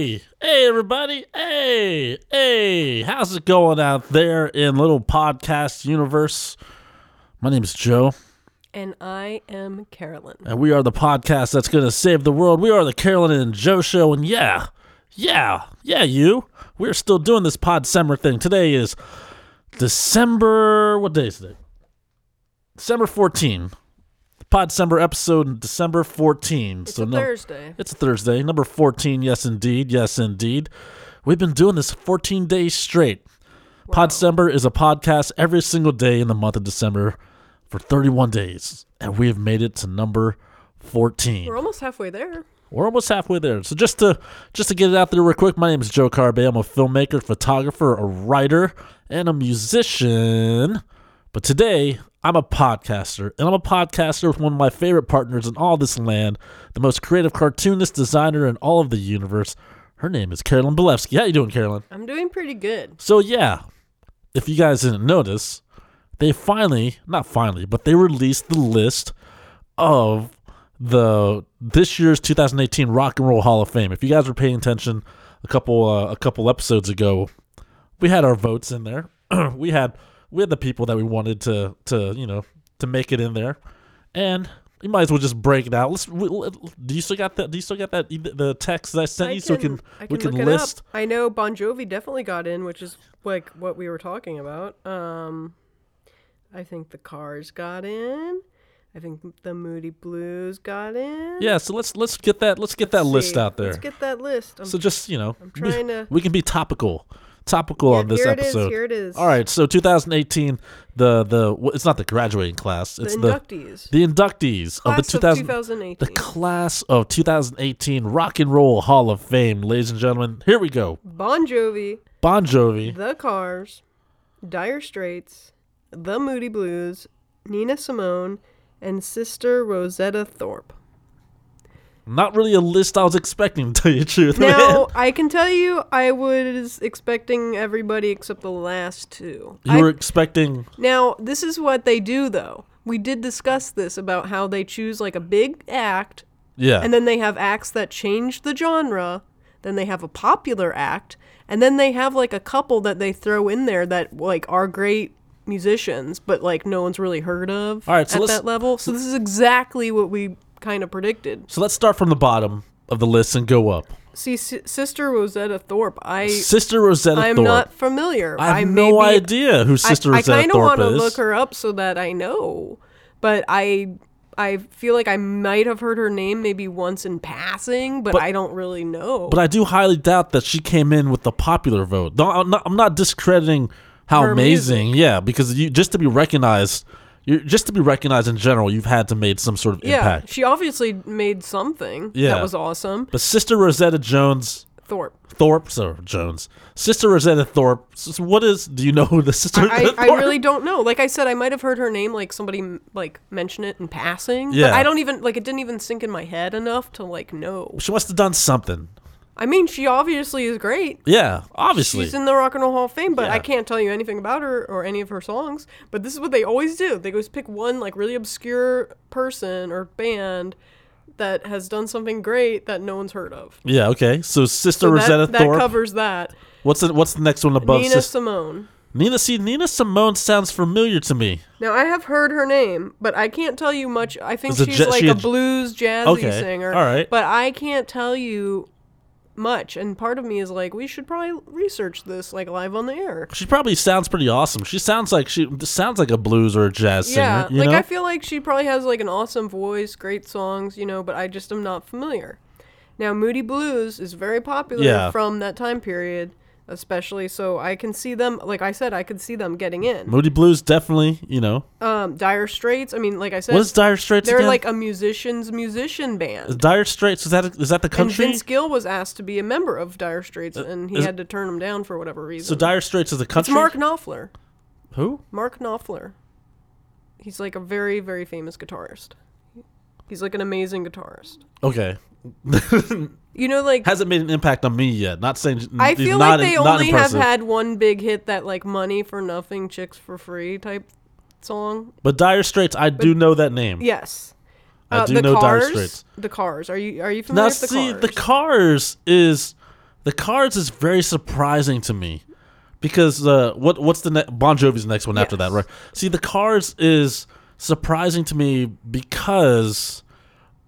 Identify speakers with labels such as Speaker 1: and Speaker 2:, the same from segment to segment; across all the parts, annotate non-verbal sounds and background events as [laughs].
Speaker 1: Hey, everybody. Hey, hey, how's it going out there in little podcast universe? My name is Joe,
Speaker 2: And I am Carolyn.
Speaker 1: and we are the podcast that's going to save the world. We are the Carolyn and Joe show, and yeah, yeah, yeah, you. We're still doing this pod summer thing. Today is December, what day is today? December 14. Pod summer episode December 14.
Speaker 2: It's
Speaker 1: so
Speaker 2: a
Speaker 1: no-
Speaker 2: Thursday.
Speaker 1: It's Thursday, number 14. Yes, indeed. Yes, indeed. We've been doing this 14 days straight.
Speaker 2: Wow.
Speaker 1: Podstember is a podcast every single day in the month of December for 31 days. And we have made it to number 14.
Speaker 2: We're almost halfway there.
Speaker 1: We're almost halfway there. So just to just to get it out there real quick, my name is Joe Carbe. I'm a filmmaker, photographer, a writer, and a musician. But today, I'm a podcaster, and I'm a podcaster with one of my favorite partners in all this land, the most creative cartoonist designer in all of the universe. Her name is Carolyn Belevsky. How you doing, Carolyn?
Speaker 2: I'm doing pretty good.
Speaker 1: So yeah, if you guys didn't notice, they finally, not finally, but they released the list of the this year's 2018 Rock and Roll Hall of Fame. If you guys were paying attention a couple uh, a couple episodes ago, we had our votes in there. [clears throat] we had we had the people that we wanted to to, you know, to make it in there. And you might as well just break it out. Let's. We, let- do you still got that? Do you still got that? e- The text that I sent
Speaker 2: I
Speaker 1: you,
Speaker 2: can,
Speaker 1: so we can
Speaker 2: I
Speaker 1: we
Speaker 2: can
Speaker 1: can
Speaker 2: look
Speaker 1: list.
Speaker 2: it up. I know Bon Jovi definitely got in, which is like what we were talking about. Um, I think the Cars got in. I think the Moody Blues got in.
Speaker 1: Yeah, so let's let's get that let's get that
Speaker 2: Let's
Speaker 1: list
Speaker 2: see.
Speaker 1: out there.
Speaker 2: Let's get that list. Um,
Speaker 1: So just you know, be-
Speaker 2: trying to-
Speaker 1: we can be topical, topical
Speaker 2: yeah,
Speaker 1: on this
Speaker 2: here
Speaker 1: episode.
Speaker 2: it is. Here it is.
Speaker 1: All right, so 2018, the the wh- it's not the graduating class,
Speaker 2: The
Speaker 1: it's the
Speaker 2: inductees.
Speaker 1: the inductees of the
Speaker 2: Class
Speaker 1: 2000
Speaker 2: 2018.
Speaker 1: the class of 2018 Rock and Roll Hall of Fame, ladies and gentlemen. Here we go.
Speaker 2: bon Jovi.
Speaker 1: Bon Jovi,
Speaker 2: The Cars, Dire Straits, The Moody Blues, Nina Simone, and Sister Rosetta Thorpe.
Speaker 1: not really a list I was expecting [laughs] to tell you the truth. man.
Speaker 2: Now, I can tell you, I was expecting everybody except the last two.
Speaker 1: [laughs] you
Speaker 2: I-
Speaker 1: were expecting
Speaker 2: now, this is what they do, though. We did discuss this about how they choose like a big act,
Speaker 1: yeah.
Speaker 2: and then they have acts that change the genre, then they have a popular act, and then they have like a couple that they throw in there that like are great musicians, but like no one's really heard of
Speaker 1: All right, so
Speaker 2: at
Speaker 1: let's-
Speaker 2: that level. So this is exactly what we kind of predicted.
Speaker 1: so let's start from the bottom of the list and go up.
Speaker 2: See, S- Sister Rosetta Thorpe, I
Speaker 1: Sister Rosetta
Speaker 2: I'm
Speaker 1: Thorpe.
Speaker 2: not familiar.
Speaker 1: I have
Speaker 2: may
Speaker 1: no
Speaker 2: be-
Speaker 1: idea who Sister
Speaker 2: I, I
Speaker 1: Rosetta
Speaker 2: kind of
Speaker 1: Thorpe
Speaker 2: want to
Speaker 1: is.
Speaker 2: look her up so that I know, but I. I feel like I might have heard her name maybe once in passing, but, I don't really know.
Speaker 1: But I do highly doubt that she came in with the popular vote. No, I'm not, I'm not discrediting how
Speaker 2: Her
Speaker 1: amazing, yeah, because you just to be recognized, you just to be recognized in general, you've had to made some sort of
Speaker 2: Yeah,
Speaker 1: impact.
Speaker 2: she obviously made something.
Speaker 1: Yeah.
Speaker 2: that was awesome.
Speaker 1: But Sister Rosetta Jones [laughs]
Speaker 2: Thorpe.
Speaker 1: Thorpe, so Jones, Sister Rosetta Thorpe. s- What is? Do you know who the Sister?
Speaker 2: I,
Speaker 1: Rosetta
Speaker 2: I
Speaker 1: Thorpe-
Speaker 2: really don't know. Like I said, I might have heard her name, like somebody m- like mention it in passing.
Speaker 1: Yeah.
Speaker 2: but I don't even like it didn't even sink in my head enough to like know.
Speaker 1: She must have done something.
Speaker 2: I mean, she obviously is great.
Speaker 1: Yeah, obviously.
Speaker 2: She's in the Rock and Roll Hall of Fame, but
Speaker 1: Yeah.
Speaker 2: I can't tell you anything about her or any of her songs. But this is what they always do. They always pick one like really obscure person or band that has done something great that no one's heard of.
Speaker 1: yeah. Okay. So Sister
Speaker 2: So
Speaker 1: Rosetta
Speaker 2: that, that
Speaker 1: Thorpe.
Speaker 2: covers that.
Speaker 1: what's the, What's the next one above?
Speaker 2: Nina
Speaker 1: Sis-
Speaker 2: Simone.
Speaker 1: Nina. See, Nina Simone sounds familiar to me.
Speaker 2: Now I have heard her name, but I can't tell you much. I think
Speaker 1: Is it
Speaker 2: she's
Speaker 1: ja-
Speaker 2: like
Speaker 1: she a
Speaker 2: a
Speaker 1: j-
Speaker 2: blues jazzy
Speaker 1: Okay,
Speaker 2: singer.
Speaker 1: all right.
Speaker 2: But I can't tell you much, and part of me is like, we should probably research this like live on the air.
Speaker 1: She probably sounds pretty awesome. She sounds like she sounds like a blues or a jazz
Speaker 2: yeah,
Speaker 1: singer. You
Speaker 2: like
Speaker 1: know?
Speaker 2: I feel like she probably has like an awesome voice, great songs, you know, but I just am not familiar. Now Moody Blues is very popular
Speaker 1: Yeah.
Speaker 2: from that time period, especially so I can see them like I said, I could see them getting in.
Speaker 1: Moody Blues definitely. You know
Speaker 2: Um Dire Straits, I mean like I said
Speaker 1: what is Dire Straits
Speaker 2: They're
Speaker 1: again?
Speaker 2: like a musician's musician band.
Speaker 1: Dire Straits is that is that the
Speaker 2: And
Speaker 1: country? Uh,
Speaker 2: Vince Gill was asked to be a member of Dire Straits, and he
Speaker 1: is-
Speaker 2: had to turn him down for whatever reason.
Speaker 1: so Dire Straits is a
Speaker 2: it's
Speaker 1: country.
Speaker 2: Mark Knopfler.
Speaker 1: Who?
Speaker 2: Mark Knopfler. He's like a very, very famous guitarist. He's like an amazing guitarist.
Speaker 1: Okay, [laughs]
Speaker 2: You know, like
Speaker 1: hasn't made an impact on me yet. Not saying
Speaker 2: I
Speaker 1: he's
Speaker 2: feel
Speaker 1: not
Speaker 2: like they
Speaker 1: not
Speaker 2: only have
Speaker 1: impressive.
Speaker 2: had one big hit that like "Money for Nothing, Chicks for Free" type song.
Speaker 1: But Dire Straits, I do know that name.
Speaker 2: Yes,
Speaker 1: I
Speaker 2: Uh,
Speaker 1: do
Speaker 2: the
Speaker 1: know Dire
Speaker 2: cars,
Speaker 1: Straits.
Speaker 2: The Cars. Are you are you familiar
Speaker 1: Now
Speaker 2: with the
Speaker 1: see,
Speaker 2: Cars?
Speaker 1: the Cars is The Cards is very surprising to me because uh, what what's the ne- Bon Jovi's next one after that,
Speaker 2: Yes.
Speaker 1: right? See, The Cards is surprising to me because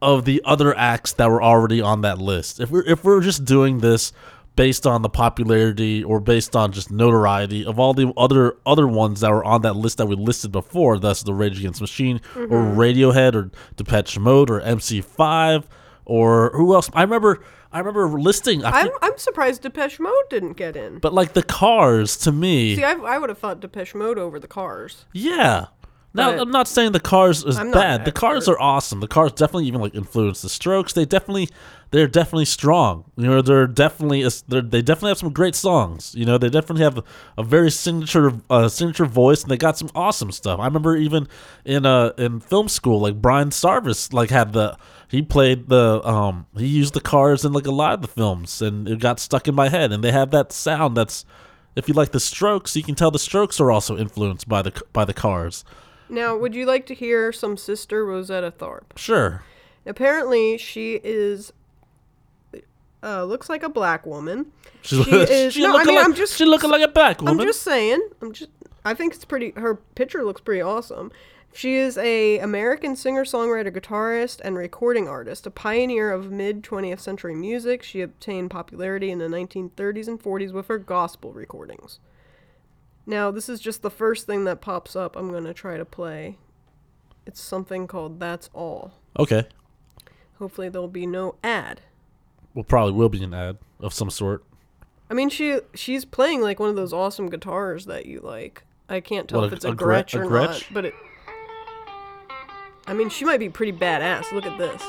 Speaker 1: of the other acts that were already on that list. If we're if we're just doing this based on the popularity or based on just notoriety of all the other other ones that were on that list that we listed before, thus the Rage Against the Machine or
Speaker 2: Mm-hmm.
Speaker 1: Radiohead or Depeche Mode or MC5 or who else? I remember I remember listing I
Speaker 2: I'm
Speaker 1: think-
Speaker 2: I'm surprised Depeche Mode didn't get in.
Speaker 1: but like the Cars to me,
Speaker 2: See, I, I would have thought Depeche Mode over the Cars.
Speaker 1: yeah. Now
Speaker 2: But-
Speaker 1: I'm not saying the Cars is
Speaker 2: I'm not
Speaker 1: bad.
Speaker 2: an
Speaker 1: The Cars are awesome. The Cars definitely even like influence the Strokes. They definitely they're definitely strong. You know, they're definitely they're, they definitely have some great songs. You know, they definitely have a, very signature uh, signature voice, and they got some awesome stuff. I remember even in uh in film school, like Brian Sarvis like had the he played the um he used the Cars in like a lot of the films, and it got stuck in my head. And they have that sound that's. If you like the Strokes, you can tell the Strokes are also influenced by the by the Cars.
Speaker 2: Now, would you like to hear some sister Rosetta Tharpe?
Speaker 1: Sure.
Speaker 2: Apparently, she is uh, looks like a black woman.
Speaker 1: She's,
Speaker 2: She is- no, I
Speaker 1: looking
Speaker 2: mean,
Speaker 1: like,
Speaker 2: I'm just-
Speaker 1: she looking like a black woman.
Speaker 2: I'm just saying. I'm just. I think it's pretty. Her picture looks pretty awesome. She is a American singer, songwriter, guitarist, and recording artist, a pioneer of mid 20th century music. She obtained popularity in the 1930s and 40s with her gospel recordings. Now, this is just the first thing that pops up. I'm gonna try to play. It's something called "That's All."
Speaker 1: okay.
Speaker 2: Hopefully, there'll be no ad.
Speaker 1: Well, probably will be an ad of some sort.
Speaker 2: I mean, she she's playing like one of those awesome guitars that you like. I can't tell
Speaker 1: What,
Speaker 2: if
Speaker 1: a-
Speaker 2: it's a,
Speaker 1: a Gre-
Speaker 2: Gretsch
Speaker 1: a
Speaker 2: or not,
Speaker 1: Gretsch?
Speaker 2: but it. I mean, she might be pretty badass. Look at this.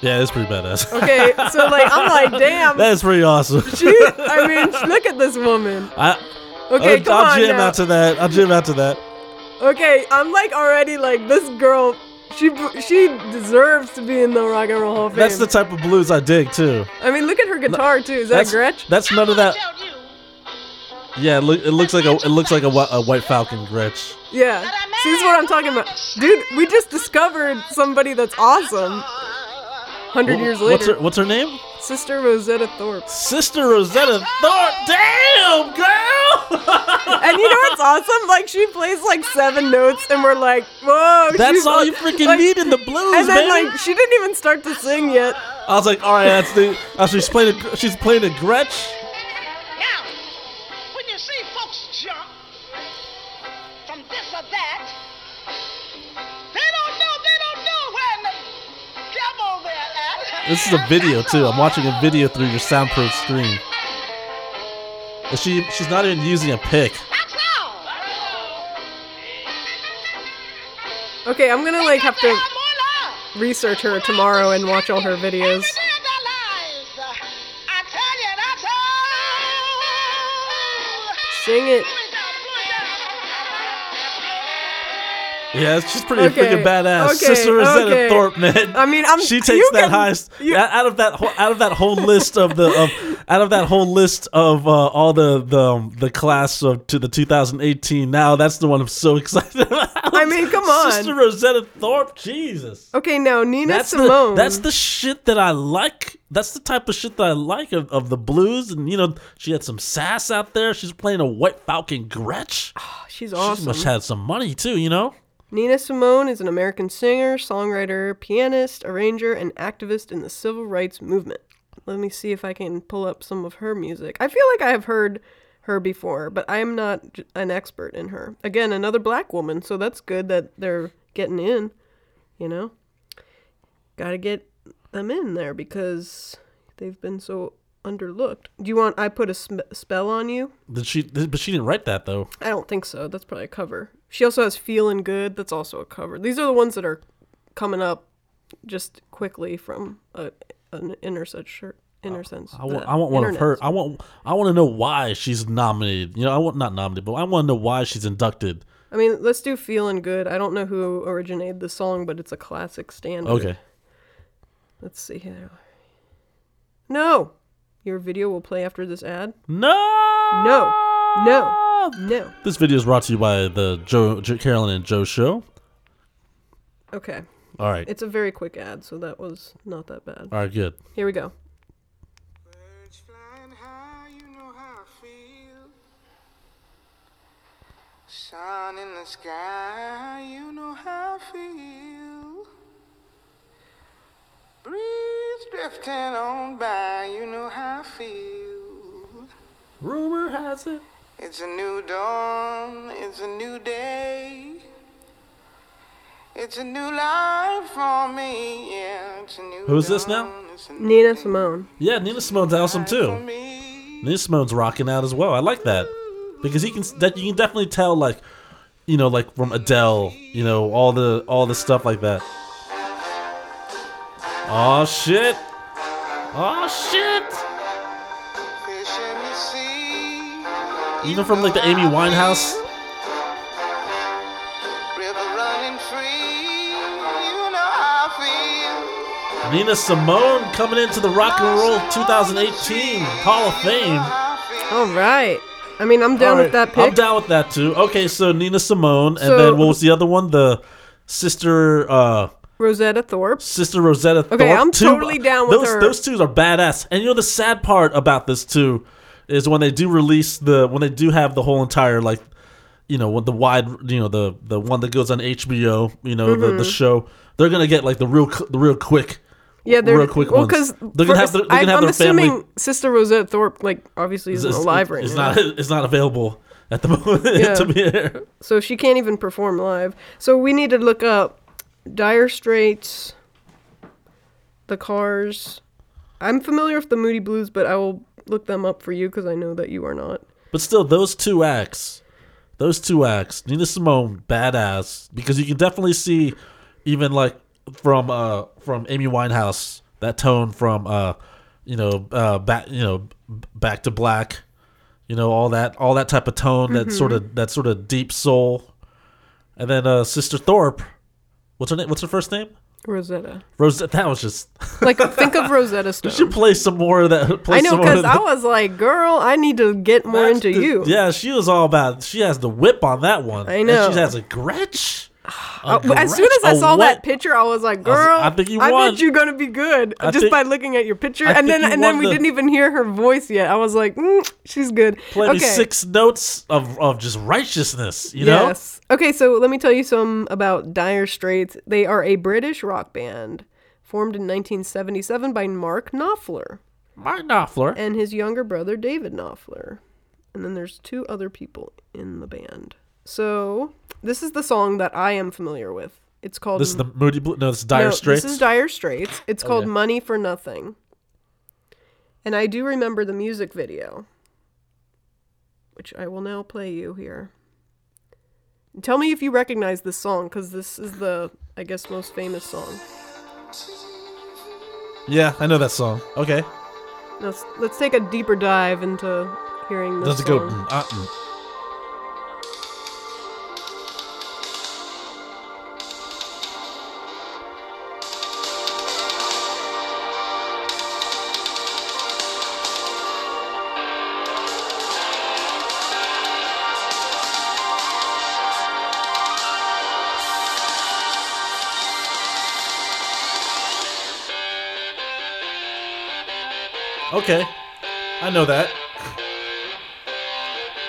Speaker 1: Yeah, it's pretty badass. [laughs]
Speaker 2: Okay, so like I'm like, damn.
Speaker 1: That's pretty awesome.
Speaker 2: she, I mean, [laughs] look at this woman.
Speaker 1: [laughs] I,
Speaker 2: Okay,
Speaker 1: I'll,
Speaker 2: come
Speaker 1: I'll
Speaker 2: on
Speaker 1: jam
Speaker 2: now.
Speaker 1: out to that. I'll jam out to that.
Speaker 2: okay, I'm like already like this girl. She she deserves to be in the Rock and Roll Hall of Fame.
Speaker 1: That's the type of blues I dig too.
Speaker 2: I mean, look at her guitar too. Is that
Speaker 1: That's
Speaker 2: Gretsch?
Speaker 1: That's none of that. Yeah, it, loo- it looks like a it looks like a, whi- a white falcon Gretsch.
Speaker 2: yeah. See, this is what I'm talking about, dude. We just discovered somebody that's awesome. Hundred
Speaker 1: Wh-
Speaker 2: years later.
Speaker 1: what's her What's her name?
Speaker 2: Sister Rosetta Thorpe.
Speaker 1: Sister Rosetta Thorpe. Damn, girl. [laughs]
Speaker 2: And you know what's awesome? Like she plays like seven notes, and we're like, whoa.
Speaker 1: That's
Speaker 2: she's
Speaker 1: all you
Speaker 2: like-
Speaker 1: freaking
Speaker 2: like-
Speaker 1: need in the blues,
Speaker 2: And then
Speaker 1: baby.
Speaker 2: like she didn't even start to sing yet.
Speaker 1: I was like, all right, that's the. Uh, she's playing. A, she's playing a Gretsch.
Speaker 3: Now, when you see folks jump from this or that, they don't know, they don't know where in the devil they're at.
Speaker 1: This is a video too. I'm watching a video through your soundproof screen. And she she's not even using a pick.
Speaker 3: That's all.
Speaker 2: Okay, I'm gonna like have
Speaker 3: They
Speaker 2: to
Speaker 3: have more love.
Speaker 2: research her tomorrow and watch all her videos.
Speaker 3: Every day of their lives. I tell you, that's all.
Speaker 2: Sing it.
Speaker 3: Blues down, blues down.
Speaker 1: Yeah, she's pretty
Speaker 2: Okay,
Speaker 1: freaking badass.
Speaker 2: okay,
Speaker 1: Sister Rosetta
Speaker 2: okay.
Speaker 1: Thorpe, man.
Speaker 2: I mean, I'm-
Speaker 1: she takes
Speaker 2: you
Speaker 1: that
Speaker 2: can-
Speaker 1: highest
Speaker 2: you-
Speaker 1: out of that whole, out of that whole list of the of out of that whole list of uh, all the the um, the class of to the 2018. Now that's the one I'm so [laughs] excited about.
Speaker 2: I mean, come on.
Speaker 1: Sister Rosetta Thorpe. Jesus.
Speaker 2: Okay, now Nina
Speaker 1: that's
Speaker 2: Simone.
Speaker 1: the that's the shit that I like. That's the type of shit that I like of, of the blues. And you know, she had some sass out there. She's playing a White Falcon Gretsch.
Speaker 2: she's
Speaker 1: She
Speaker 2: awesome.
Speaker 1: must have had some money too. You know,
Speaker 2: Nina Simone is an American singer, songwriter, pianist, arranger, and activist in the civil rights movement. Let me see if I can pull up some of her music. I feel like I have heard her before, but I am not j- an expert in her. Again, another black woman, so that's good that they're getting in, you know? Gotta get them in there because they've been so underlooked. Do you want I put a sm- spell on you?
Speaker 1: did she? But she didn't write that though.
Speaker 2: I don't think so. That's probably a cover. She also has Feeling Good. That's also a cover. These are the ones that are coming up just quickly from a, an intersex shirt. Intersense.
Speaker 1: I want, I want one of her. I want. I want to know why she's nominated. You know, I want not nominated, but I want to know why she's inducted.
Speaker 2: I mean, let's do Feeling Good. I don't know who originated the song, but it's a classic standard.
Speaker 1: Okay.
Speaker 2: Let's see here. No! Your video will play after this ad?
Speaker 1: No.
Speaker 2: No. No. No.
Speaker 1: This video is brought to you by the Joe, Joe Carolyn and Joe Show.
Speaker 2: Okay.
Speaker 1: All right.
Speaker 2: It's a very quick ad, so that was not that bad.
Speaker 1: All right, good.
Speaker 2: Here we go.
Speaker 3: Birds flying high, you know how I feel. Sun in the sky, you know how I feel. Breeze drifting on by, you know how I feel.
Speaker 1: Rumor has it.
Speaker 3: It's a new dawn, it's a new day. It's a new life for me, yeah. It's a new
Speaker 1: Who's this now?
Speaker 3: dawn, it's a new
Speaker 2: Nina
Speaker 3: day
Speaker 2: Simone.
Speaker 1: Yeah, Nina Simone's awesome
Speaker 3: for
Speaker 1: too.
Speaker 3: me.
Speaker 1: Nina Simone's rocking out as well. I like that because you can that you can definitely tell like you know like from Adele, you know all the all the stuff like that. Oh shit! Oh
Speaker 3: Fish in the sea.
Speaker 1: shit! Even from like the Amy Winehouse.
Speaker 3: River running free, you know how I feel.
Speaker 1: Nina Simone coming into the Rock and Roll 2018 Hall of Fame.
Speaker 2: All right. I mean, I'm down with
Speaker 1: All right,
Speaker 2: that pick.
Speaker 1: I'm down with that too. Okay, so Nina Simone, and
Speaker 2: So-
Speaker 1: then what was the other one? The sister, uh,
Speaker 2: Rosetta Thorpe.
Speaker 1: sister Rosetta.
Speaker 2: Okay,
Speaker 1: Thorpe.
Speaker 2: I'm
Speaker 1: Two-
Speaker 2: totally down with
Speaker 1: those,
Speaker 2: her.
Speaker 1: Those two are badass. And you know the sad part about this too is when they do release the when they do have the whole entire like you know with the wide you know the the one that goes on HBO you know the,
Speaker 2: Mm-hmm.
Speaker 1: the show they're gonna get like the real c- the real quick
Speaker 2: Yeah, they're
Speaker 1: real quick
Speaker 2: well,
Speaker 1: ones.
Speaker 2: 'cause
Speaker 1: They're gonna have
Speaker 2: first,
Speaker 1: their- they're gonna
Speaker 2: I,
Speaker 1: have
Speaker 2: I'm
Speaker 1: their family-
Speaker 2: assuming Sister Rosetta Thorpe, like, obviously isn't
Speaker 1: It's-
Speaker 2: alive right
Speaker 1: it's
Speaker 2: now.
Speaker 1: not it's not available at the [laughs] moment to be here.
Speaker 2: So she can't even perform live. So we need to look up Dire Straits, The Cars. I'm familiar with the Moody Blues, but I will look them up for you because I know that you are not.
Speaker 1: But still, those two acts, those two acts, Nina Simone, badass, because you can definitely see, even like from uh from Amy Winehouse, that tone from uh, you know uh back you know B- back to black, you know all that all that type of tone that
Speaker 2: Mm-hmm.
Speaker 1: sort of that sort of deep soul, and then uh Sister Thorpe, what's her name? What's her first name?
Speaker 2: Rosetta.
Speaker 1: Rose. That was just. [laughs]
Speaker 2: Like, think of Rosetta Stone.
Speaker 1: Should play some more of that. Play
Speaker 2: I know
Speaker 1: some more of
Speaker 2: because I
Speaker 1: that.
Speaker 2: was like, girl, I need to get more
Speaker 1: That's
Speaker 2: into
Speaker 1: the-
Speaker 2: you.
Speaker 1: Yeah, she was all about. She has the whip on that one.
Speaker 2: I
Speaker 1: And
Speaker 2: know.
Speaker 1: she has a Gretsch. A
Speaker 2: Uh, as soon
Speaker 1: Gretsch,
Speaker 2: as I
Speaker 1: a
Speaker 2: saw
Speaker 1: wet-
Speaker 2: that picture, I was like, "Girl,
Speaker 1: was-
Speaker 2: I,
Speaker 1: I think you won."
Speaker 2: bet you're gonna be good
Speaker 1: I
Speaker 2: just
Speaker 1: think-
Speaker 2: by looking at your picture."
Speaker 1: I
Speaker 2: and
Speaker 1: think
Speaker 2: then,
Speaker 1: you
Speaker 2: and then
Speaker 1: won
Speaker 2: we
Speaker 1: the-
Speaker 2: didn't even hear her voice yet. I was like, mm, "She's good."
Speaker 1: play me
Speaker 2: okay.
Speaker 1: six notes of, of just righteousness. You
Speaker 2: yes. Okay, so let me tell you some about Dire Straits. They are a British rock band formed in 1977 by Mark Knopfler
Speaker 1: know, Mark Knopfler.
Speaker 2: and his younger brother David Knopfler. And then there's two other people in the band. So this is the song that I am familiar with. It's called
Speaker 1: This is the Moody Blue. No, this is Dire
Speaker 2: um, No,
Speaker 1: Straits. Oh,
Speaker 2: This is Dire Straits. It's called
Speaker 1: Okay.
Speaker 2: Money for Nothing. And I do remember the music video, which I will now play you here. Tell me if you recognize this song, because this is the, I guess, most famous song.
Speaker 1: yeah, I know that song. Okay,
Speaker 2: Let's, let's take a deeper dive into hearing this
Speaker 1: does it go?
Speaker 2: song.
Speaker 1: mm, uh, mm. Okay, I know that.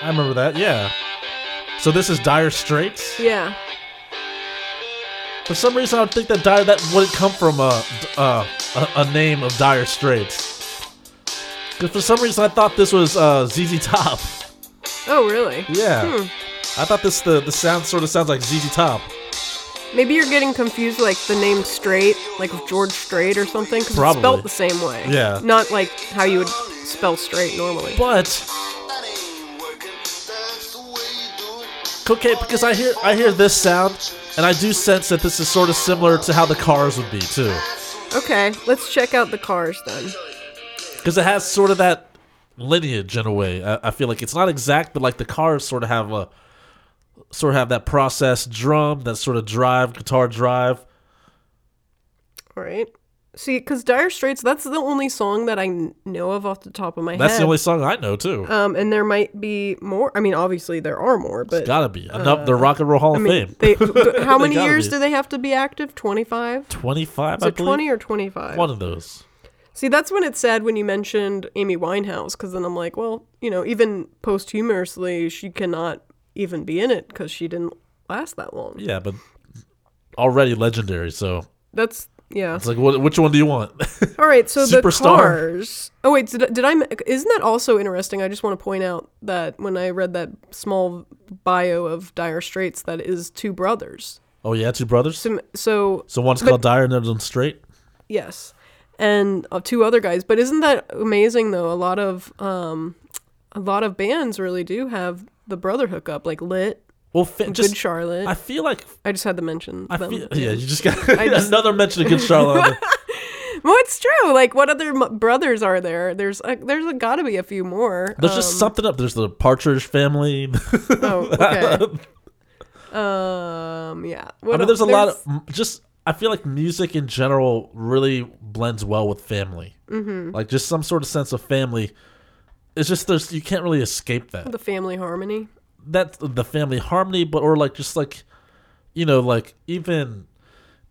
Speaker 1: I remember that. Yeah. So this is Dire Straits.
Speaker 2: Yeah.
Speaker 1: For some reason, I would think that Dire that wouldn't come from a a, a, a name of Dire Straits. Because for some reason, I thought this was uh, ZZ Top. [laughs]
Speaker 2: Oh, really?
Speaker 1: Yeah,
Speaker 2: Hmm.
Speaker 1: I thought this the the sound sort of sounds like ZZ Top.
Speaker 2: Maybe you're getting confused, like the name Straight, like with George Strait or something, because it's
Speaker 1: Probably.
Speaker 2: spelled the same way.
Speaker 1: Yeah.
Speaker 2: Not like how you would spell straight normally.
Speaker 1: But okay, because I hear I hear this sound, and I do sense that this is sort of similar to how the Cars would be too,
Speaker 2: Okay, let's check out the cars then.
Speaker 1: because it has sort of that lineage in a way. I, I feel like it's not exact, but like the Cars sort of have a sort of have that processed drum, that sort of drive, guitar drive.
Speaker 2: All right. See, because Dire Straits, that's the only song that I kn- know of off the top of my
Speaker 1: That's
Speaker 2: head.
Speaker 1: the only song I know too.
Speaker 2: Um, and there might be more. I mean, obviously there are more, but
Speaker 1: gotta be enough. The Rock and Roll Hall
Speaker 2: uh, I
Speaker 1: of
Speaker 2: mean,
Speaker 1: Fame. [laughs]
Speaker 2: they, how
Speaker 1: They
Speaker 2: many
Speaker 1: gotta
Speaker 2: years
Speaker 1: be.
Speaker 2: do they have to be active? Twenty five.
Speaker 1: Twenty five,
Speaker 2: Is
Speaker 1: I
Speaker 2: it
Speaker 1: believe.
Speaker 2: twenty or twenty five?
Speaker 1: One of those.
Speaker 2: See, that's when it's sad when you mentioned Amy Winehouse, because then I'm like, well, you know, even posthumously, she cannot even be in it because she didn't last that long.
Speaker 1: Yeah, but already legendary. So
Speaker 2: That's yeah.
Speaker 1: it's like, what, which one do you want? [laughs]
Speaker 2: All right, so the
Speaker 1: Superstar.
Speaker 2: cars. Oh wait, did, did I? m- Isn't that also interesting? I just want to point out that when I read that small bio of Dire Straits, that is two brothers.
Speaker 1: oh yeah, two brothers.
Speaker 2: So, so
Speaker 1: So one's called Dire and the other one's Straight.
Speaker 2: yes, and uh, two other guys. But isn't that amazing though? A lot of um, a lot of bands really do have the brother hookup, like Lit,
Speaker 1: Well, fa- just
Speaker 2: Good Charlotte.
Speaker 1: I
Speaker 2: I,
Speaker 1: feel like
Speaker 2: just had to mention
Speaker 1: I
Speaker 2: them.
Speaker 1: feel, yeah. You just got [laughs]
Speaker 2: just-
Speaker 1: another mention of Good Charlotte.
Speaker 2: [laughs]
Speaker 1: on there.
Speaker 2: Well, it's true. Like, what other m- brothers are there? There's a, there's got to be a few more.
Speaker 1: There's just something up. There's the Partridge Family. [laughs]
Speaker 2: Oh, [laughs] okay. um, yeah.
Speaker 1: I
Speaker 2: What
Speaker 1: mean,
Speaker 2: el-
Speaker 1: there's a lot of m- just. I feel like music in general really blends well with family. Mm-hmm. Like just some sort of sense of family. It's just there's you can't really escape that.
Speaker 2: the family harmony.
Speaker 1: That's the family harmony, but or like just like, you know, like even,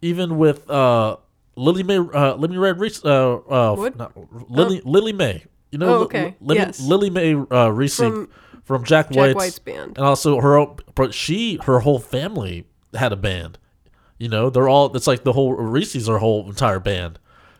Speaker 1: even with uh Lily May, uh, Lily Red, Reese, uh, uh,
Speaker 2: What?
Speaker 1: not- Lily Lily May. You know,
Speaker 2: Oh,
Speaker 1: Li-
Speaker 2: okay.
Speaker 1: Lily,
Speaker 2: Yes.
Speaker 1: Lily May uh, Reese
Speaker 2: From-
Speaker 1: from, Jack White's,
Speaker 2: Jack White's band.
Speaker 1: and also her own- but she her whole family had a band you know they're all it's like the whole reese's her whole entire band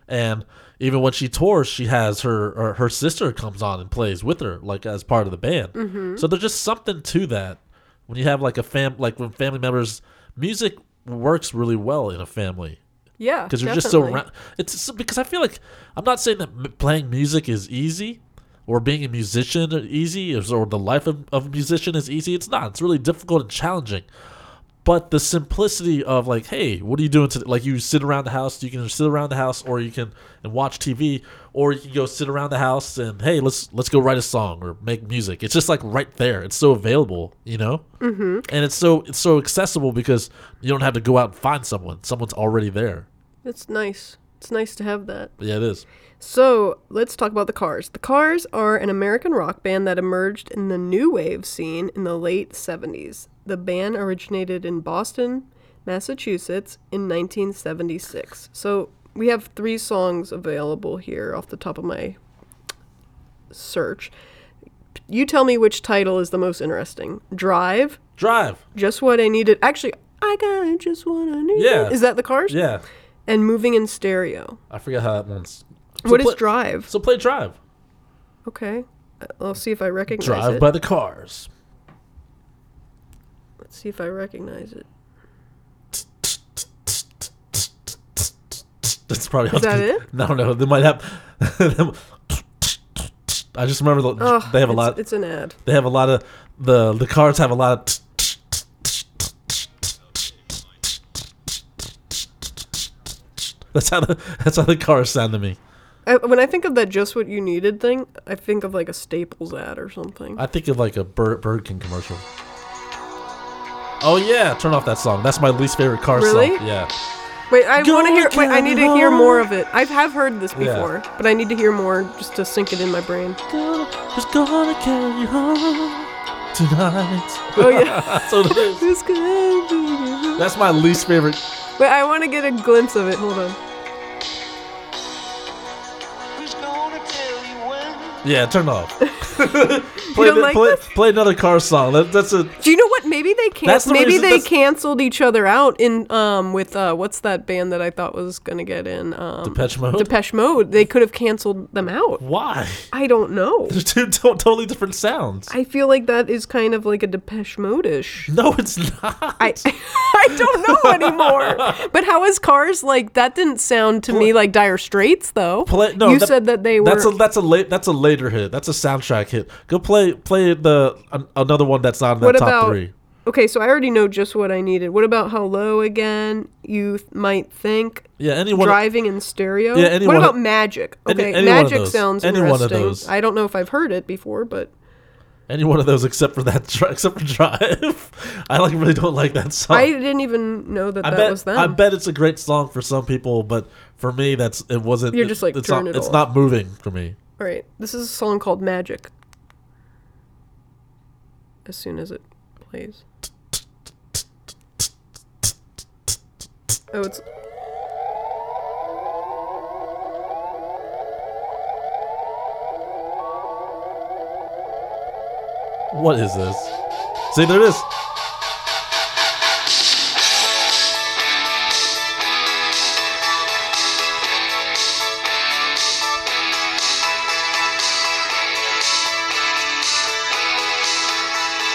Speaker 1: and even when she tours she has her her, her sister comes on and plays with her like as part of the band so there's just something to that when you have like a fam like when family members music works really well in a family
Speaker 2: Yeah,
Speaker 1: because you're just so ra- it's so- because I feel like I'm not saying that m- playing music is easy or being a musician is easy or or the life of, of a musician is easy. It's not. It's really difficult and challenging. But the simplicity of like, hey, what are you doing today? Like you sit around the house. You can sit around the house, or you can and watch TV, or you can go sit around the house and hey, let's let's go write a song or make music. It's just like right there. It's so available, you know. Mm-hmm. And it's so it's so accessible because you don't have to go out and find someone. Someone's already there.
Speaker 2: It's nice. It's nice to have that.
Speaker 1: Yeah, it is.
Speaker 2: So let's talk about the Cars. The Cars are an American rock band that emerged in the new wave scene in the late 70s. The band originated in Boston, Massachusetts in 1976. So we have three songs available here off the top of my search. You tell me which title is the most interesting Drive,
Speaker 1: Drive.
Speaker 2: Just What I Needed. Actually, I got it, just what I needed.
Speaker 1: Yeah.
Speaker 2: Is that the Cars?
Speaker 1: Yeah.
Speaker 2: And Moving in Stereo.
Speaker 1: I forget how that one's. So
Speaker 2: What is
Speaker 1: play-
Speaker 2: Drive?
Speaker 1: So play Drive.
Speaker 2: Okay. Uh, I'll see if I recognize
Speaker 1: Drive
Speaker 2: it.
Speaker 1: by the cars.
Speaker 2: Let's see if I recognize it.
Speaker 1: That's probably
Speaker 2: Is that it?
Speaker 1: No, no, they might have. I just remember the,
Speaker 2: Ugh,
Speaker 1: they have a
Speaker 2: it's-
Speaker 1: lot.
Speaker 2: It's an ad.
Speaker 1: They have a lot of the the cars have a lot of. That's how the that's how the cars sound to me.
Speaker 2: I, when I think of that just what you needed thing, I think of like a Staples ad or something.
Speaker 1: I think of like a Bird, Bird King commercial. Oh yeah, turn off that song. That's my least favorite car
Speaker 2: Really?
Speaker 1: song. Yeah.
Speaker 2: wait, I
Speaker 1: Go
Speaker 2: want to hear. Wait, I need to hear more of it. I have heard this
Speaker 1: Yeah.
Speaker 2: before, but I need to hear more just to sink it in my brain.
Speaker 1: Just gonna carry you home tonight.
Speaker 2: Oh yeah.
Speaker 1: [laughs]
Speaker 2: [laughs]
Speaker 1: That's what it is.
Speaker 2: It's good.
Speaker 1: That's my least favorite.
Speaker 2: Wait, I want to get a glimpse of it. Hold on.
Speaker 3: Who's gonna tell you when?
Speaker 1: Yeah, turn it
Speaker 2: [laughs]
Speaker 1: off. [laughs] play,
Speaker 2: don't
Speaker 1: the-
Speaker 2: like
Speaker 1: play,
Speaker 2: this?
Speaker 1: play another car song. That, that's a
Speaker 2: Do you know what? Maybe they can
Speaker 1: That's the
Speaker 2: Maybe
Speaker 1: reason-
Speaker 2: they
Speaker 1: that's-
Speaker 2: canceled each other out in um with uh what's that band that I thought was gonna get in um
Speaker 1: Depeche Mode.
Speaker 2: Depeche Mode. They could have canceled them out.
Speaker 1: Why? [laughs]
Speaker 2: I don't know.
Speaker 1: They're two to- totally different sounds.
Speaker 2: I feel like that is kind of like a Depeche Mode-ish.
Speaker 1: no, it's not.
Speaker 2: I, [laughs] I don't
Speaker 1: [laughs]
Speaker 2: know anymore. But how is Cars like that? Didn't sound to me like Dire Straits though.
Speaker 1: Play, no,
Speaker 2: you said that they were.
Speaker 1: That's a that's a late that's a later hit. That's a soundtrack hit. Go play play the an, another one that's not in that
Speaker 2: what
Speaker 1: top
Speaker 2: about?
Speaker 1: three.
Speaker 2: Okay, so I already know just what I needed. What about How Low again? You th- might think.
Speaker 1: Yeah, anyone.
Speaker 2: Driving in stereo.
Speaker 1: Yeah, any
Speaker 2: what
Speaker 1: one
Speaker 2: about
Speaker 1: of-
Speaker 2: Magic?
Speaker 1: any-
Speaker 2: Okay,
Speaker 1: any one of
Speaker 2: Magic
Speaker 1: those.
Speaker 2: sounds
Speaker 1: Any one of
Speaker 2: interesting.
Speaker 1: those.
Speaker 2: I don't know if I've heard it before, but
Speaker 1: Any one of those except for that, dri- [laughs] except for Drive. I like really don't like that song.
Speaker 2: I didn't even know that
Speaker 1: Oh. I
Speaker 2: that
Speaker 1: bet,
Speaker 2: was them.
Speaker 1: I bet it's a great song for some people, but for me, that's it wasn't.
Speaker 2: You're
Speaker 1: it-
Speaker 2: just like,
Speaker 1: it's
Speaker 2: turn
Speaker 1: not,
Speaker 2: it
Speaker 1: it's
Speaker 2: off.
Speaker 1: not moving for me.
Speaker 2: All right, this is a song called Magic. As soon as it plays. Oh, it's.
Speaker 1: What is this? See, there it is.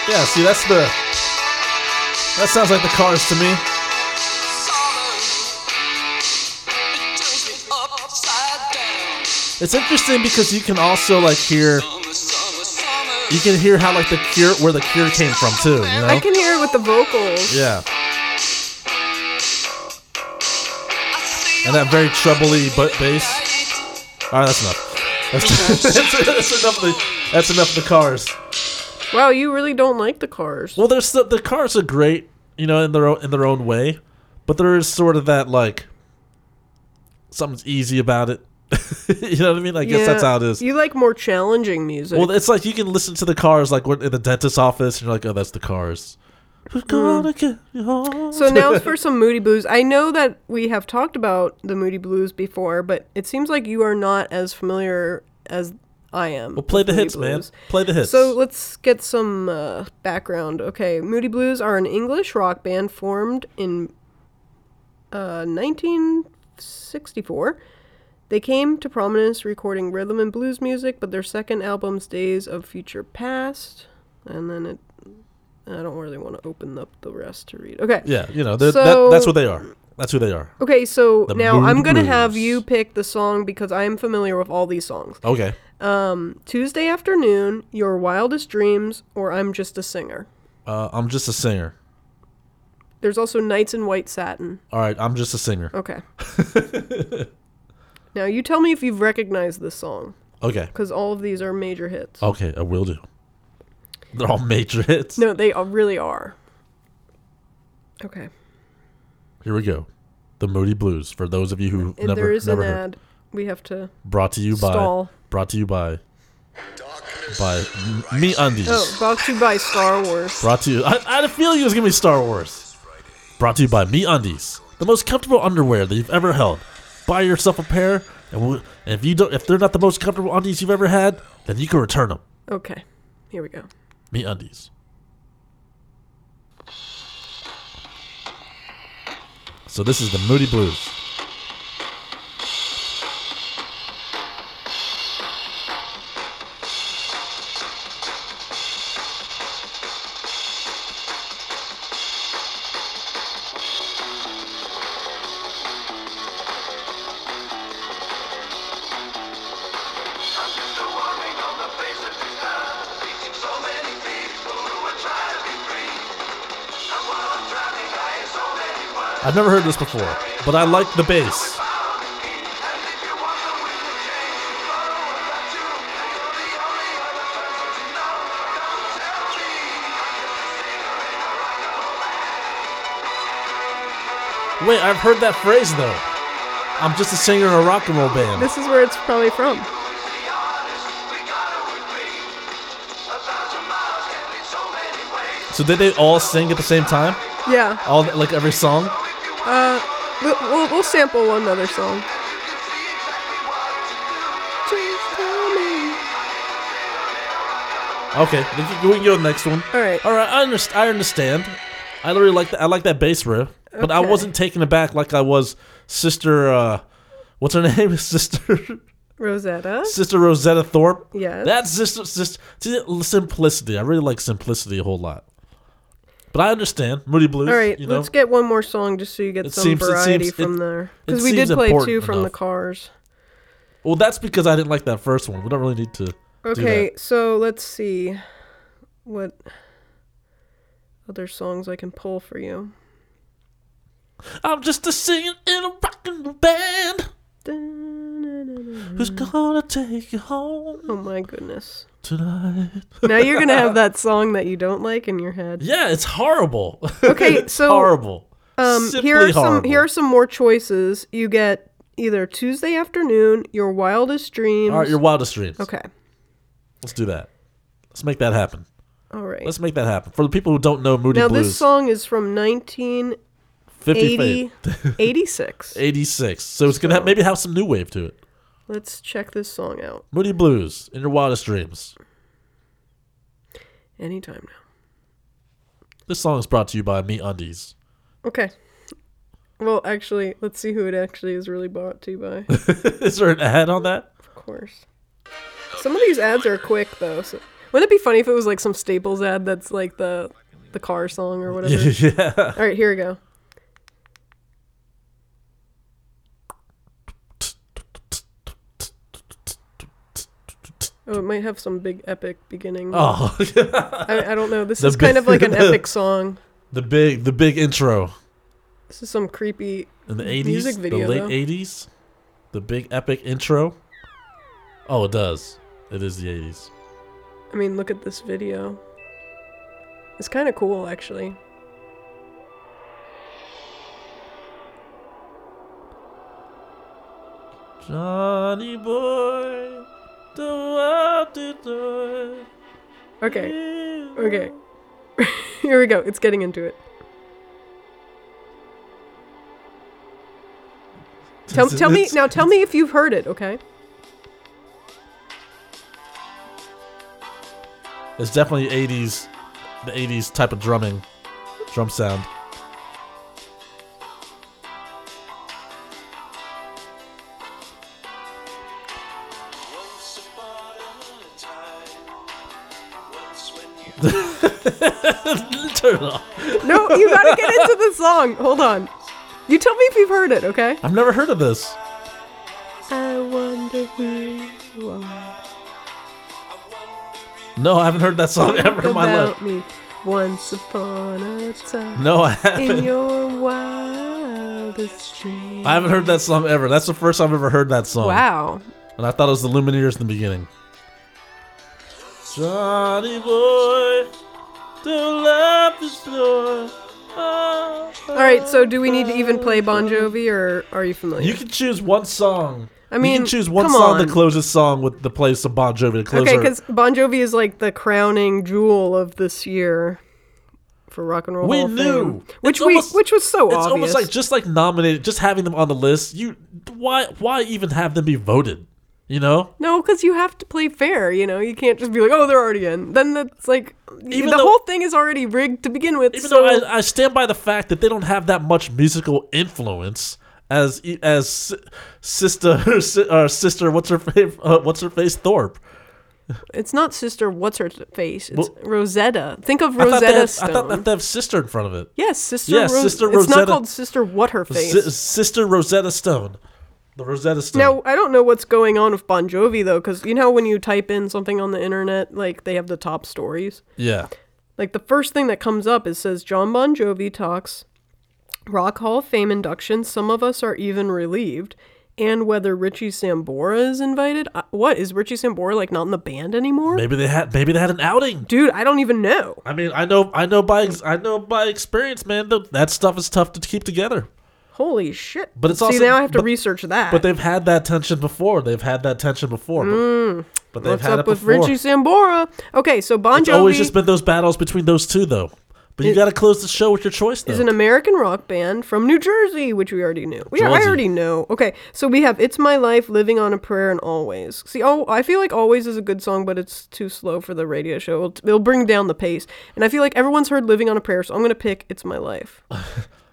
Speaker 1: Yeah, see, that's the. That sounds like the cars to me. It's interesting because you can also like hear you can hear how like the cure where the cure came from too, you know?
Speaker 2: I can hear it with the vocals.
Speaker 1: yeah. And that very trebly but bass. Alright, that's enough. [laughs] That's, that's, [laughs] that's enough of the that's enough of the cars.
Speaker 2: Wow, you really don't like the cars.
Speaker 1: Well, there's the, the cars are great, you know, in their own, in their own way, but there is sort of that like something's easy about it. [laughs] you know what I mean? I guess that's how it is.
Speaker 2: You like more challenging music.
Speaker 1: Well, it's like you can listen to the cars like when in the dentist's office, and you're like, oh, that's the cars. Who's gonna get you home?
Speaker 2: Mm. so
Speaker 1: [laughs]
Speaker 2: now for some Moody Blues. I know that we have talked about the Moody Blues before, but it seems like you are not as familiar as I am.
Speaker 1: Well, play the hits, man. Play the hits.
Speaker 2: So let's get some uh, background. Okay, Moody Blues are an English rock band formed in uh, 1964. They came to prominence recording rhythm and blues music, but their second album's Days of Future Past, and then it. I don't really want to open up the rest to read. Okay.
Speaker 1: yeah, you know, they're that,
Speaker 2: So-
Speaker 1: that's what they are. That's who they are.
Speaker 2: Okay, so
Speaker 1: The
Speaker 2: now I'm
Speaker 1: Moody
Speaker 2: going to have
Speaker 1: Blues.
Speaker 2: you pick the song because I'm familiar with all these songs.
Speaker 1: Okay.
Speaker 2: Tuesday Afternoon, Your Wildest Dreams, or I'm Just a Singer.
Speaker 1: Uh, I'm just a singer.
Speaker 2: There's also Knights in White Satin.
Speaker 1: All right, I'm just a singer. [laughs]
Speaker 2: Okay. now you tell me if you've recognized this song,
Speaker 1: Okay.
Speaker 2: because all of these are major hits.
Speaker 1: Okay, I will do. They're all major hits.
Speaker 2: No, they are- really are. Okay.
Speaker 1: Here we go. The Moody Blues. For those of you who
Speaker 2: And
Speaker 1: never
Speaker 2: there is
Speaker 1: never
Speaker 2: an
Speaker 1: heard.
Speaker 2: ad. We have to.
Speaker 1: Brought to you by.
Speaker 2: Stall.
Speaker 1: Brought to you by. By me undies.
Speaker 2: Oh, brought to you by Star Wars.
Speaker 1: Brought to you. I, I had a feeling it was gonna be Star Wars. Brought to you by Me Undies, the most comfortable underwear that you've ever held. Buy yourself a pair, and, we'll, and if you don't, if they're not the most comfortable undies you've ever had, then you can return them.
Speaker 2: Okay. Here we go.
Speaker 1: Me Undies. So this is the Moody Blues. I've never heard this before, but I like the bass. Wait, I've heard that phrase though. I'm just a singer in a rock and roll band.
Speaker 2: This is where it's probably from.
Speaker 1: so did they all sing at the same time?
Speaker 2: Yeah.
Speaker 1: All like every song?
Speaker 2: We'll, we'll, we'll sample one other song. Please tell me.
Speaker 1: Okay, we can, we can go to the next one.
Speaker 2: All right.
Speaker 1: All right, I understand. I understand. I literally like that. I like that bass riff, but I
Speaker 2: Okay.
Speaker 1: wasn't taken aback like I was Sister. Uh, what's her [laughs] name? Sister
Speaker 2: Rosetta.
Speaker 1: Sister Rosetta Thorpe.
Speaker 2: Yes.
Speaker 1: That's sister. sister see, simplicity. I really like simplicity a whole lot. But I understand Moody Blues.
Speaker 2: All right,
Speaker 1: you know,
Speaker 2: let's get one more song just so you get
Speaker 1: It
Speaker 2: some
Speaker 1: seems- it
Speaker 2: variety
Speaker 1: seems-
Speaker 2: from
Speaker 1: it-
Speaker 2: there.
Speaker 1: it
Speaker 2: Because we
Speaker 1: seems
Speaker 2: did play two
Speaker 1: important
Speaker 2: from the
Speaker 1: enough.
Speaker 2: Cars.
Speaker 1: well, that's because I didn't like that first one. We don't really need to. do
Speaker 2: Okay, so let's see what other songs I can pull for you.
Speaker 1: that. I'm just a singer in a rock and roll band.
Speaker 2: Dun-dun-dun-dun.
Speaker 1: Who's gonna take you home
Speaker 2: Oh my goodness.
Speaker 1: tonight?
Speaker 2: Now you're gonna
Speaker 1: [laughs]
Speaker 2: have that song that you don't like in your head.
Speaker 1: Yeah, it's horrible. [laughs]
Speaker 2: Okay,
Speaker 1: It's
Speaker 2: so,
Speaker 1: horrible.
Speaker 2: Um,
Speaker 1: Simply
Speaker 2: here are some
Speaker 1: horrible.
Speaker 2: here are some more choices. You get either Tuesday afternoon, your wildest dreams.
Speaker 1: All right, your wildest dreams.
Speaker 2: okay.
Speaker 1: Let's do that. Let's make that happen.
Speaker 2: All right.
Speaker 1: Let's make that happen. For the people who don't know Moody
Speaker 2: now
Speaker 1: Blues,
Speaker 2: this song is from 1986.
Speaker 1: 50 fade, [laughs] 86. So it's going to
Speaker 2: So-
Speaker 1: ha- maybe have some new wave to it.
Speaker 2: Let's check this song out
Speaker 1: Moody Blues, In Your Wildest Dreams.
Speaker 2: anytime now.
Speaker 1: This song is brought to you by Me Undies. [laughs]
Speaker 2: Okay. Well, actually, let's see who it actually is really bought to by.
Speaker 1: [laughs] is there an ad on
Speaker 2: [laughs]
Speaker 1: that?
Speaker 2: Of course. Some of these ads are quick though. So wouldn't it be funny if it was like some Staples ad that's like the the car song or whatever?
Speaker 1: yeah.
Speaker 2: All right, here we go. Oh, it might have some big epic beginning.
Speaker 1: [laughs] Oh, [laughs]
Speaker 2: I, I don't know. This
Speaker 1: The
Speaker 2: is kind of like an
Speaker 1: big-
Speaker 2: epic song.
Speaker 1: the big the big intro
Speaker 2: This is some creepy.
Speaker 1: in the 80s,
Speaker 2: Music video,
Speaker 1: the late
Speaker 2: though.
Speaker 1: 80s. The big epic intro. Oh, it does. It is the 80s.
Speaker 2: I mean, look at this video. It's kind of cool, actually.
Speaker 1: Johnny boy, do do do.
Speaker 2: Okay, okay. [laughs] here we go. It's getting into it. Tell, tell me now. Tell me if you've heard it. Okay.
Speaker 1: It's definitely 80s, the 80s type of drumming, drum sound. [laughs]
Speaker 4: Once upon a time, once when you
Speaker 1: Turn it off.
Speaker 2: No, [laughs] you gotta get into the song. Hold on. You tell me if you've heard it. Okay.
Speaker 1: I've never heard of this.
Speaker 2: I wonder who you are.
Speaker 1: No, I haven't heard that song ever in my life.
Speaker 2: about me once upon a time
Speaker 1: No, I
Speaker 2: in
Speaker 1: haven't.
Speaker 2: your wildest dream.
Speaker 1: I haven't heard that song ever. That's the first I've ever heard that song.
Speaker 2: Wow.
Speaker 1: And I thought it was the Lumineers in the beginning. Johnny boy, the love is pure.
Speaker 2: All right. So, do we need to even play Bon Jovi, or are you familiar?
Speaker 1: You can choose one song.
Speaker 2: I mean,
Speaker 1: you can choose one
Speaker 2: come
Speaker 1: song
Speaker 2: on.
Speaker 1: that closes song with the place of Bon Jovi to close
Speaker 2: okay,
Speaker 1: our-
Speaker 2: because Bon Jovi is like the crowning jewel of this year for rock and roll.
Speaker 1: We
Speaker 2: Hall of
Speaker 1: knew.
Speaker 2: Fame, which
Speaker 1: It's
Speaker 2: we,
Speaker 1: almost-
Speaker 2: which was so
Speaker 1: it's
Speaker 2: obvious.
Speaker 1: almost like just like nominated, just having them on the list. You why why even have them be voted? You know,
Speaker 2: No, because you have to play fair. You know, you can't just be like, "Oh, they're already in." Then that's like
Speaker 1: Even
Speaker 2: the
Speaker 1: though-
Speaker 2: whole thing is already rigged to begin with.
Speaker 1: even
Speaker 2: so
Speaker 1: though I, I stand by the fact that they don't have that much musical influence as e, as Si- sister [laughs] or Si- or sister what's her face uh, what's her face Thorpe.
Speaker 2: it's not sister. What's her face? It's
Speaker 1: Well-
Speaker 2: Rosetta. Think of
Speaker 1: I thought, they
Speaker 2: Rosetta
Speaker 1: had,
Speaker 2: Stone.
Speaker 1: I thought that they have sister in front of it.
Speaker 2: yes, sister.
Speaker 1: Yes,
Speaker 2: Ros-
Speaker 1: Sister
Speaker 2: It's not
Speaker 1: Rosetta.
Speaker 2: called sister. What her face?
Speaker 1: Si- sister Rosetta Stone, the Rosetta Stone.
Speaker 2: now I don't know what's going on with Bon Jovi though, because you know how when you type in something on the internet, like they have the top stories.
Speaker 1: yeah,
Speaker 2: Like the first thing that comes up is says John Bon Jovi talks Rock Hall of Fame induction. Some of us are even relieved. And whether Richie Sambora is invited? Uh, what is Richie Sambora like? Not in the band anymore,
Speaker 1: maybe they had maybe they had an outing.
Speaker 2: dude. I don't even know.
Speaker 1: I mean, I know, I know by, ex- I know by experience, man. That, that stuff is tough to keep together.
Speaker 2: Holy shit!
Speaker 1: But it's
Speaker 2: see
Speaker 1: also-
Speaker 2: now I have to
Speaker 1: but-
Speaker 2: research that.
Speaker 1: But they've had that tension before. They've had that tension before. But, but they've
Speaker 2: Mm. what's
Speaker 1: had
Speaker 2: up
Speaker 1: it
Speaker 2: with
Speaker 1: before.
Speaker 2: Richie Sambora? Okay, so Bon
Speaker 1: it's
Speaker 2: Jovi
Speaker 1: always just been those battles between those two, though. But you got to close the show with your choice, though.
Speaker 2: is an American rock band from New Jersey, which we already knew. We I
Speaker 1: Jersey.
Speaker 2: already know. Okay, so we have "It's My Life," "Living on a Prayer," and "Always." See, oh, I feel like "Always" is a good song, but it's too slow for the radio show. It'll, it'll bring down the pace, and I feel like everyone's heard "Living on a Prayer," so I'm gonna pick "It's
Speaker 1: [laughs]
Speaker 2: My Life"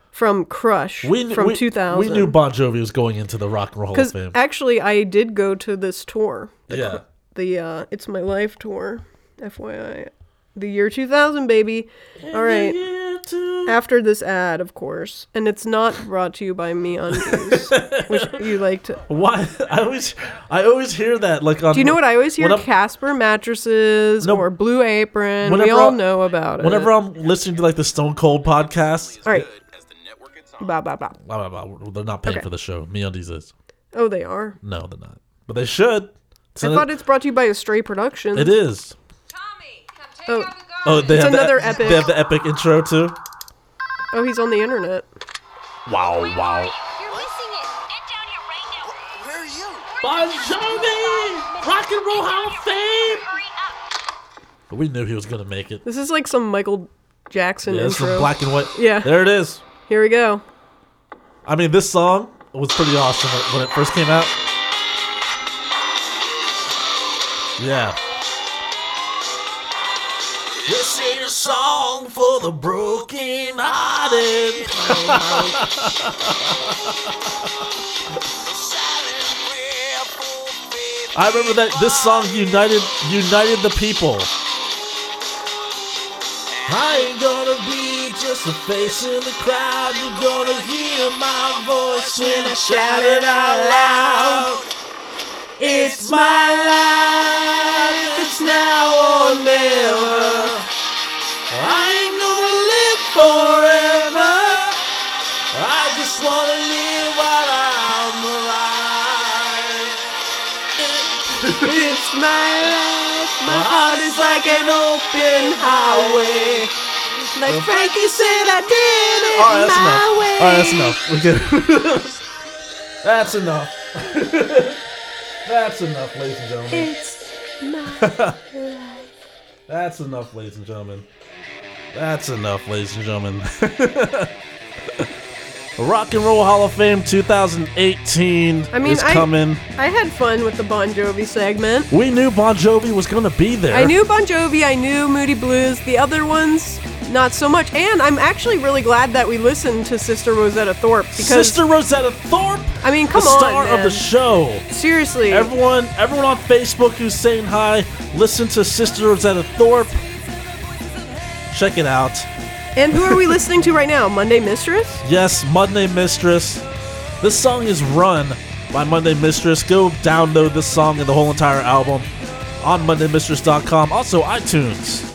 Speaker 2: from Crush
Speaker 1: we, kn-
Speaker 2: from
Speaker 1: we,
Speaker 2: 2000.
Speaker 1: we knew Bon Jovi was going into the Rock and Roll Hall of
Speaker 2: because
Speaker 1: Fame.
Speaker 2: actually, I did go to this tour, the,
Speaker 1: yeah.
Speaker 2: the uh, "It's My Life" tour, FYI, the year 2000, baby. All right.
Speaker 1: Yeah, too.
Speaker 2: After this ad, of course, and it's not brought to you by me
Speaker 1: [laughs]
Speaker 2: on news, which you like to.
Speaker 1: Why? [laughs] I always, I always hear that. Like, on,
Speaker 2: Do you know what I always hear?
Speaker 1: When I'm-
Speaker 2: Casper mattresses
Speaker 1: No.
Speaker 2: or Blue Apron. We
Speaker 1: Whenever
Speaker 2: all
Speaker 1: I-
Speaker 2: know about it.
Speaker 1: Whenever I'm listening to like the Stone Cold podcast,
Speaker 2: all right,
Speaker 4: as the network it's on.
Speaker 2: blah blah blah.
Speaker 1: blah, blah, blah, they're not paying
Speaker 2: Okay.
Speaker 1: for the show. MeUndies is.
Speaker 2: Oh, they are.
Speaker 1: No, they're not. but they should. So
Speaker 2: I thought it's brought to you by a stray production.
Speaker 1: it is.
Speaker 5: Tommy, come take
Speaker 2: Oh.
Speaker 5: out the garbage.
Speaker 1: Oh, they
Speaker 2: It's
Speaker 1: have
Speaker 2: another
Speaker 1: the,
Speaker 2: epic.
Speaker 1: They have the epic intro too.
Speaker 2: Oh, he's on the internet.
Speaker 1: Wow,
Speaker 5: Where are you? You're missing it. Get down here right now.
Speaker 4: Where are you?
Speaker 1: Bon Jovi, Rock and Roll Hall of Fame.
Speaker 5: Hurry up.
Speaker 1: But we knew he was gonna make it.
Speaker 2: This is like some Michael Jackson
Speaker 1: Yeah, it's
Speaker 2: intro.
Speaker 1: from black and white.
Speaker 2: Yeah.
Speaker 1: there it is.
Speaker 2: Here we go.
Speaker 1: I mean, this song was pretty awesome when it first came out. Yeah. This is a song for the broken hearted. I remember that this song united united the people. I ain't gonna be just a face in the crowd. You're gonna hear my voice when I shout it out loud. It's my life. It's now or never. I ain't gonna live forever. I just wanna live while I'm alive. It's my life. My heart is like an open highway. Oh.
Speaker 2: Like Frankie said, I did it
Speaker 1: All right, that's enough. All right, that's enough. We good. that's enough. [laughs] that's enough, ladies and gentlemen. [laughs] that's enough, ladies and gentlemen. That's enough, ladies and gentlemen. [laughs] Rock and Roll Hall of Fame 2018
Speaker 2: I mean,
Speaker 1: is
Speaker 2: I-
Speaker 1: coming.
Speaker 2: I had fun with the Bon Jovi segment.
Speaker 1: We knew Bon Jovi was going to be there.
Speaker 2: I knew Bon Jovi, I knew Moody Blues, the other ones, not so much. And I'm actually really glad that we listened to Sister Rosetta Thorpe because,
Speaker 1: Sister Rosetta Thorpe,
Speaker 2: I mean, come
Speaker 1: the
Speaker 2: on.
Speaker 1: star of
Speaker 2: man.
Speaker 1: the show.
Speaker 2: Seriously.
Speaker 1: Everyone, everyone on Facebook who's saying hi, listen to Sister Rosetta Thorpe. Check it out.
Speaker 2: and who are we listening to right now? Monday Mistress?
Speaker 1: Yes, Monday Mistress. This song is Run by Monday Mistress. Go download this song and the whole entire album on MondayMistress.com. Also, iTunes.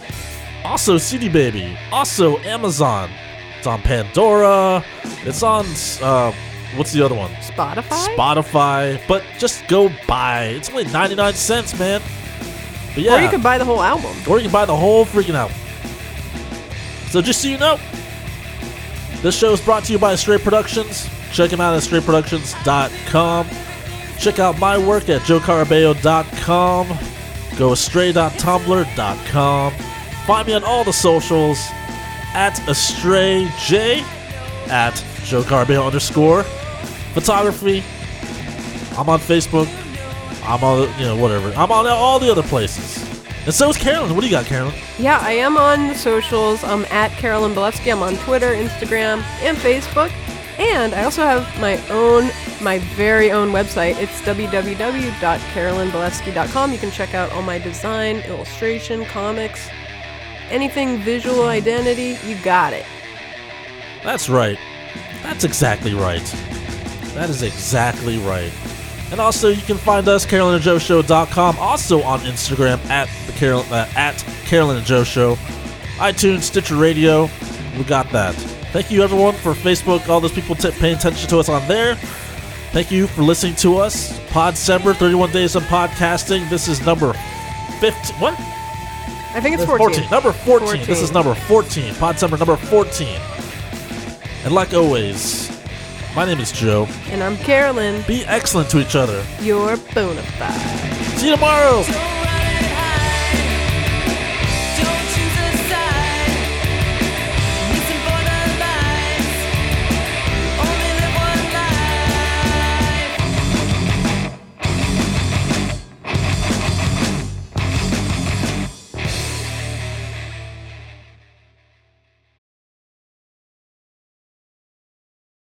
Speaker 1: Also, CD Baby. Also, Amazon. It's on Pandora. It's on, uh, what's the other one?
Speaker 2: Spotify?
Speaker 1: Spotify. But just go buy. It's only 99 cents, man. But yeah.
Speaker 2: Or you could buy the whole album.
Speaker 1: Or you can buy the whole freaking album. So just so you know, this show is brought to you by Straight Productions. Check them out at straightproductions.com. Check out my work at joecarabello.com. Go astray.tumblr.com. Find me on all the socials at astrayj, at Joe Carabello underscore photography. I'm on Facebook. I'm on, you know, whatever. I'm on all the other places. And so is Carolyn. What do you got, Carolyn?
Speaker 2: Yeah, I am on the socials. I'm at Carolyn Bolevsky. I'm on Twitter, Instagram, and Facebook. And I also have my own, my very own website. It's www.carolynbolevsky.com. You can check out all my design, illustration, comics, anything visual identity. You got it.
Speaker 1: That's right. That's exactly right. That is exactly right. And also, you can find us CarolinandJoeShow.com. Also on Instagram at the Carol uh, at Carolyn and Joe Show, iTunes, Stitcher Radio. We got that. Thank you everyone for Facebook. All those people t- paying attention to us on there. Thank you for listening to us. Podsember, 31 days of podcasting. This is number 15. What?
Speaker 2: I think it's
Speaker 1: That's 14.
Speaker 2: 14.
Speaker 1: Number 14. This
Speaker 2: 14.
Speaker 1: is number 14. Pod Summer number 14. And like always, my name is Joe.
Speaker 2: And I'm Carolyn,
Speaker 1: Be excellent to each other.
Speaker 2: your bona fide.
Speaker 1: See you tomorrow.
Speaker 6: Don't